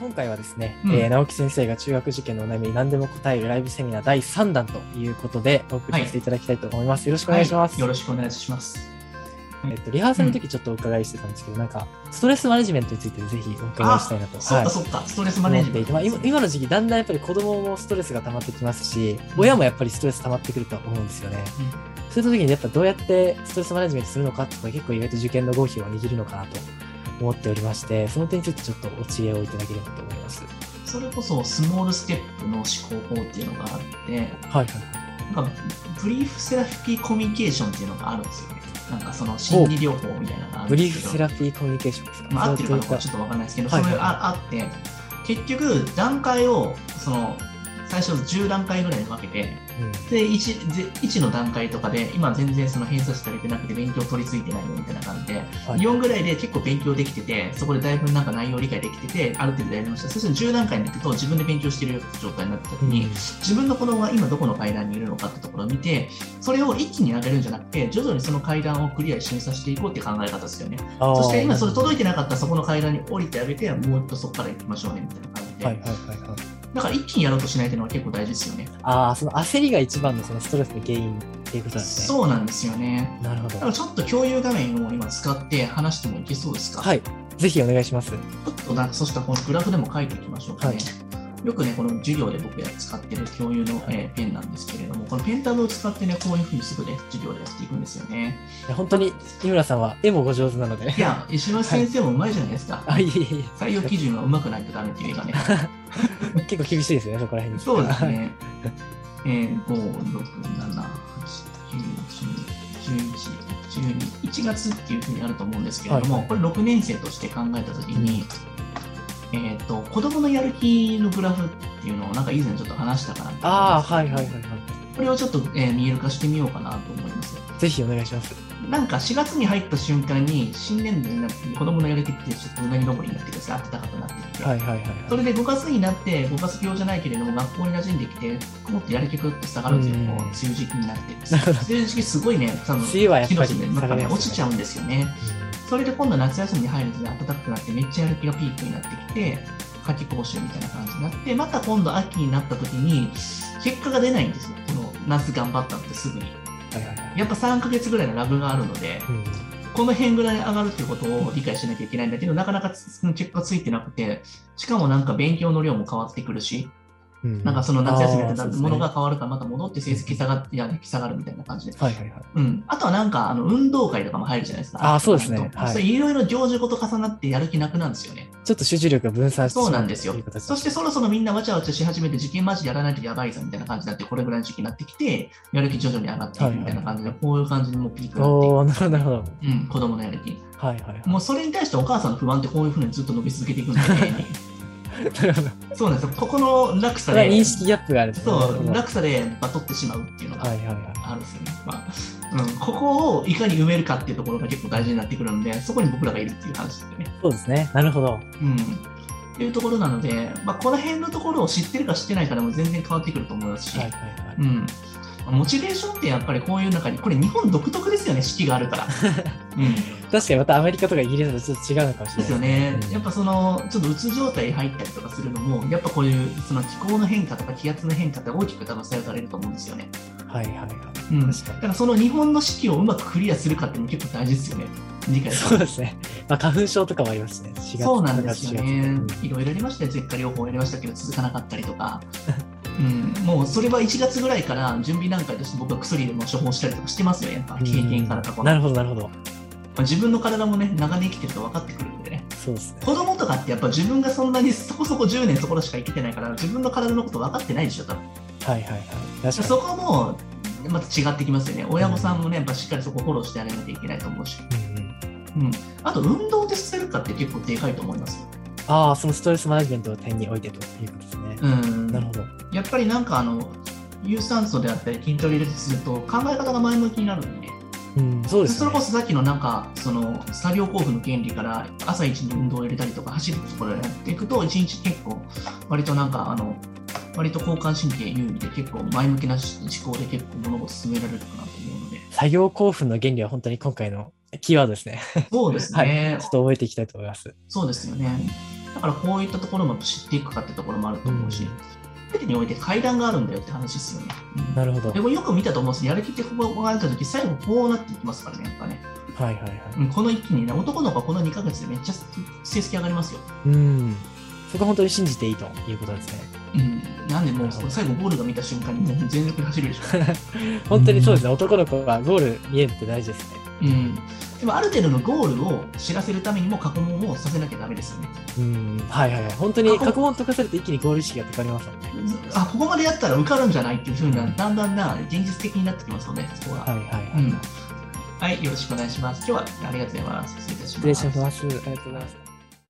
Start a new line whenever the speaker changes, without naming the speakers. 今回はですね、
うん
えー直樹先生が中学受験のお悩み何でも答えるライブセミナー第3弾ということでお送りさせていただきたいと思います。よろしくお願いします。
はいよろしくお願いします。
えっと、リハーサルの時ちょっとお伺いしてたんですけど、なんかストレスマネジメントについてぜひお伺いしたいなと。
そっ
はい
かそっか、ストレスマネジメント。
思っていてまあ今今の時期だんだんやっぱり子供もストレスが溜まってきますし
うん
親もやっぱりストレス溜まってくると思うんですよね、
うん
そういった時にやっぱどうやってストレスマネジメントするのかっていうのが結構意外と受験の合否を握るのかなと思っておりましてその点についてちょっとお知恵をいただければと思いますはい
それこそスモールステップの思考法っていうのがあって、
はい
なんかブリーフセラピーコミュニケーションっていうのがあるんですよね。なんかその心理療法みたいなのがある
ブ
ん
リー
ですけど。
フセラピーコミュニケーションですか、
まあ、合ってるかどうか
そうい
は
っ
ち
た
ょっとわかんないですけど、
はいはい
それああって、結局、段階を、その、最初10段階ぐらいに分けて、
うん
で 1, ぜ1の段階とかで、今全然その偏差値足りてなくて勉強取り付いてないよみたいな感じで、
はい
4ぐらいで結構勉強できてて、そこでだいぶなんか内容理解できてて、ある程度やりました。そして10段階に行くと自分で勉強してる状態になった時に、
うん
自分の子供が今どこの階段にいるのかってところを見て、それを一気に上げるんじゃなくて、徐々にその階段をクリア一緒にさせていこうって考え方ですよね。
あー
そして今それ届いてなかったらそこの階段に降りてあげて、もう一度そこから行きましょうねみたいな感じで。
はいはいはいはい
だから一気にやろうとしないっていうのは結構大事ですよね。
ああその焦りが一番のそのストレスの原因っていうことなんですね
そうなんですよね。
なるほ
だか
ど
らちょっと共有画面を今使って話してもいけそうですか
はいぜひお願いします
ちょっとなんか、そしたらこのグラフでも書いていきましょうかね。
は
よくね、この授業で僕が使ってる共有の、えーペンなんですけれども、このペンタブを使ってね、こういうふうにすぐね、授業でやっていくんですよね。
いや本当に井村さんは絵もご上手なので
いや、石橋先生もうまいじゃないですか。
あいえいえい
採用基準はうまくないとダメっていう映画ね。
え結構厳しいですねそこら辺に
そうです
はい
ね。えー、5、6、7、8、9、10、11、12、1月っていうふうにあると思うんですけれども、
はい
これ6年生として考えたときに、えっ、と、子供のやる気のグラフっていうのをなんか以前ちょっと話したかなと思うんですけ ど
ああはいはいはいは
これをちょっと、えー見える化してみようかなと思います。
いぜひお願いします
なんか4月に入った瞬間に、新年度になって子供のやる気ってちょっとうなぎ登りになってですね、暖かくなってきて、
はいはいはい
そ
は
れで5月になって、5月病じゃないけれども、学校に馴染んできて、もっとやる気がぐっと下がるんですよ、
うん
もう梅雨時期になって。梅雨時期すごいね、多分
梅雨はやっ
木
ぱ
の
り
地でなんかね、落ちちゃ
う
うんですよね。それで今度夏休みに入るとね暖かくなって、めっちゃやる気がピークになってきて、夏季講習みたいな感じになって、また今度秋になった時に、結果が出ないんですよ、この夏頑張ったってすぐに。
はいはいはい
やっぱ3ヶ月ぐらいのラグがあるので、
うん
この辺ぐらい上がるっていうことを理解しなきゃいけないんだけど、なかなかその結果ついてなくて、しかもなんか勉強の量も変わってくるし、
うん
なんかその夏休みやって
あー
た
そうですね
ものが変わるからまた戻って成績下がって、いやね下がるみたいな感じで。
はいはいはい
うん。あとはなんか、あの、運動会とかも入るじゃないですか。
あーそうですねはい
それいろいろ行事ごと重なってやる気なくなんですよね。
ちょっと集中力が分散して
そうなんですよ
という形
そしてそろそろみんなわちゃわちゃし始めて、受験マジでやらないとやばいぞみたいな感じになって、これぐらいの時期になってきて、やる気徐々に上がっていくみたいな感じで、こういう感じにもうピークになってい
おおなるほどなるほど
く。うん、子供のやる気。
はいはいはい
もうそれに対してお母さんの不安ってこういうふうにずっと伸び続けていくんで、
なるほど
そうなんですよ、ここの落差で、
認識ギャップがあるんですね
そ
なるほ
う
ど
落差でバトってしまうっていうの
は
が
いはいはい
あるんですよね、まあうん。ここをいかに埋めるかっていうところが結構大事になってくるんで、そこに僕らがいるっていう話ですよね。
そうですねなるほど
うんっていうところなので、まあ、この辺のところを知ってるか知ってないかでも全然変わってくると思いますし、
はいはいはい
うん、モチベーションってやっぱりこういう中に、これ日本独特ですよね、四季があ るから。うん
確かにまたアメリカとかイギリスだとちょっと違うのかもしれ
で
ない
すよね、
うん
やっぱそのちょっとうつ状態に入ったりとかするのも、やっぱこういうその気候の変化とか気圧の変化って大きく多分左右されると思うんですよね。
はいはいはい
うん、だ
確かに
からその日本の四季をうまくクリアするかっていうのも結構大事ですよね、理解
そう
する
ですね、まあ、花粉症とかもありますね4月
そうなんですよね
5月4月とか、
いろいろやりましたよ、舌下療法やりましたけど、続かなかったりとか、うん、もうそれは1月ぐらいから準備段階として、僕は薬でも処方したりとかしてますよ、やっぱ
うん
経験から過去の、
な
ま
るほどなるほど
あ自分の体もね、長年生きてると分かってくるんでね。
そうですね
子供とかってやっぱ自分がそんなに そこそこ10年そこらしか生きてないから自分の体のこと分かってないでしょ多分
はいはいはい確かに
そこもまた違ってきますよね親御さんもねやっぱしっかりそこフォローしてあげなきゃいけないと思うし、
うんうん
うん、あと運動で捨てるかって結構でかいと思いますよ
ああ、そのストレスマネジメントの点においてということですね。
うん
なるほど。
やっぱりなんかあの有酸素であったり筋トレですると考え方が前向きになるんでね
うん、そうです、ね。
それこそさっきのなんかその作業交付の原理から朝一に運動を入れたりとか走るところをやっていくと一日結構割となんかあの割と交感神経優位で結構前向きな思考で結構物事進められるかなと思う ので
作業興奮の原理は本当に今回のキーワードですね。
そうです
はい。ち
ね、
ょっと覚えていきたいと思います。
そうですよねだからこういったところも知っていくかってところもあると思うし、
うん
全てにおいて階段があるんだよって話ですよね。うん
なるほど。はい
でもよく見たと思うんですよやる気ってここがあった時最後こうなっていきますからね、やっぱね。
はいはい。
うんこの一気にね、男の子はこの2ヶ月でめっちゃ成績上がりますよ。
うん。そこは本当に信じていいということですね。
うん、なんでもう最後ゴールが見た瞬間にもう全力で走る でしょ。
本当にそうですね。男の子がゴール見えるって大事ですね。
うん、でもある程度のゴールを知らせるためにも過去問をさせなきゃダメですよね。
うん。はいはいはい。本当に過去問解かされて一気にゴール意識が高まりますもんね。
あここまでやったら受かるんじゃないっていうふうな
うん
だんだんな現実的になってきますので、そこは。
はいはいはい。
うんはい、よろしくお願いします。今日はありがとうございます。失礼いたし
失礼します。ありがとうございます。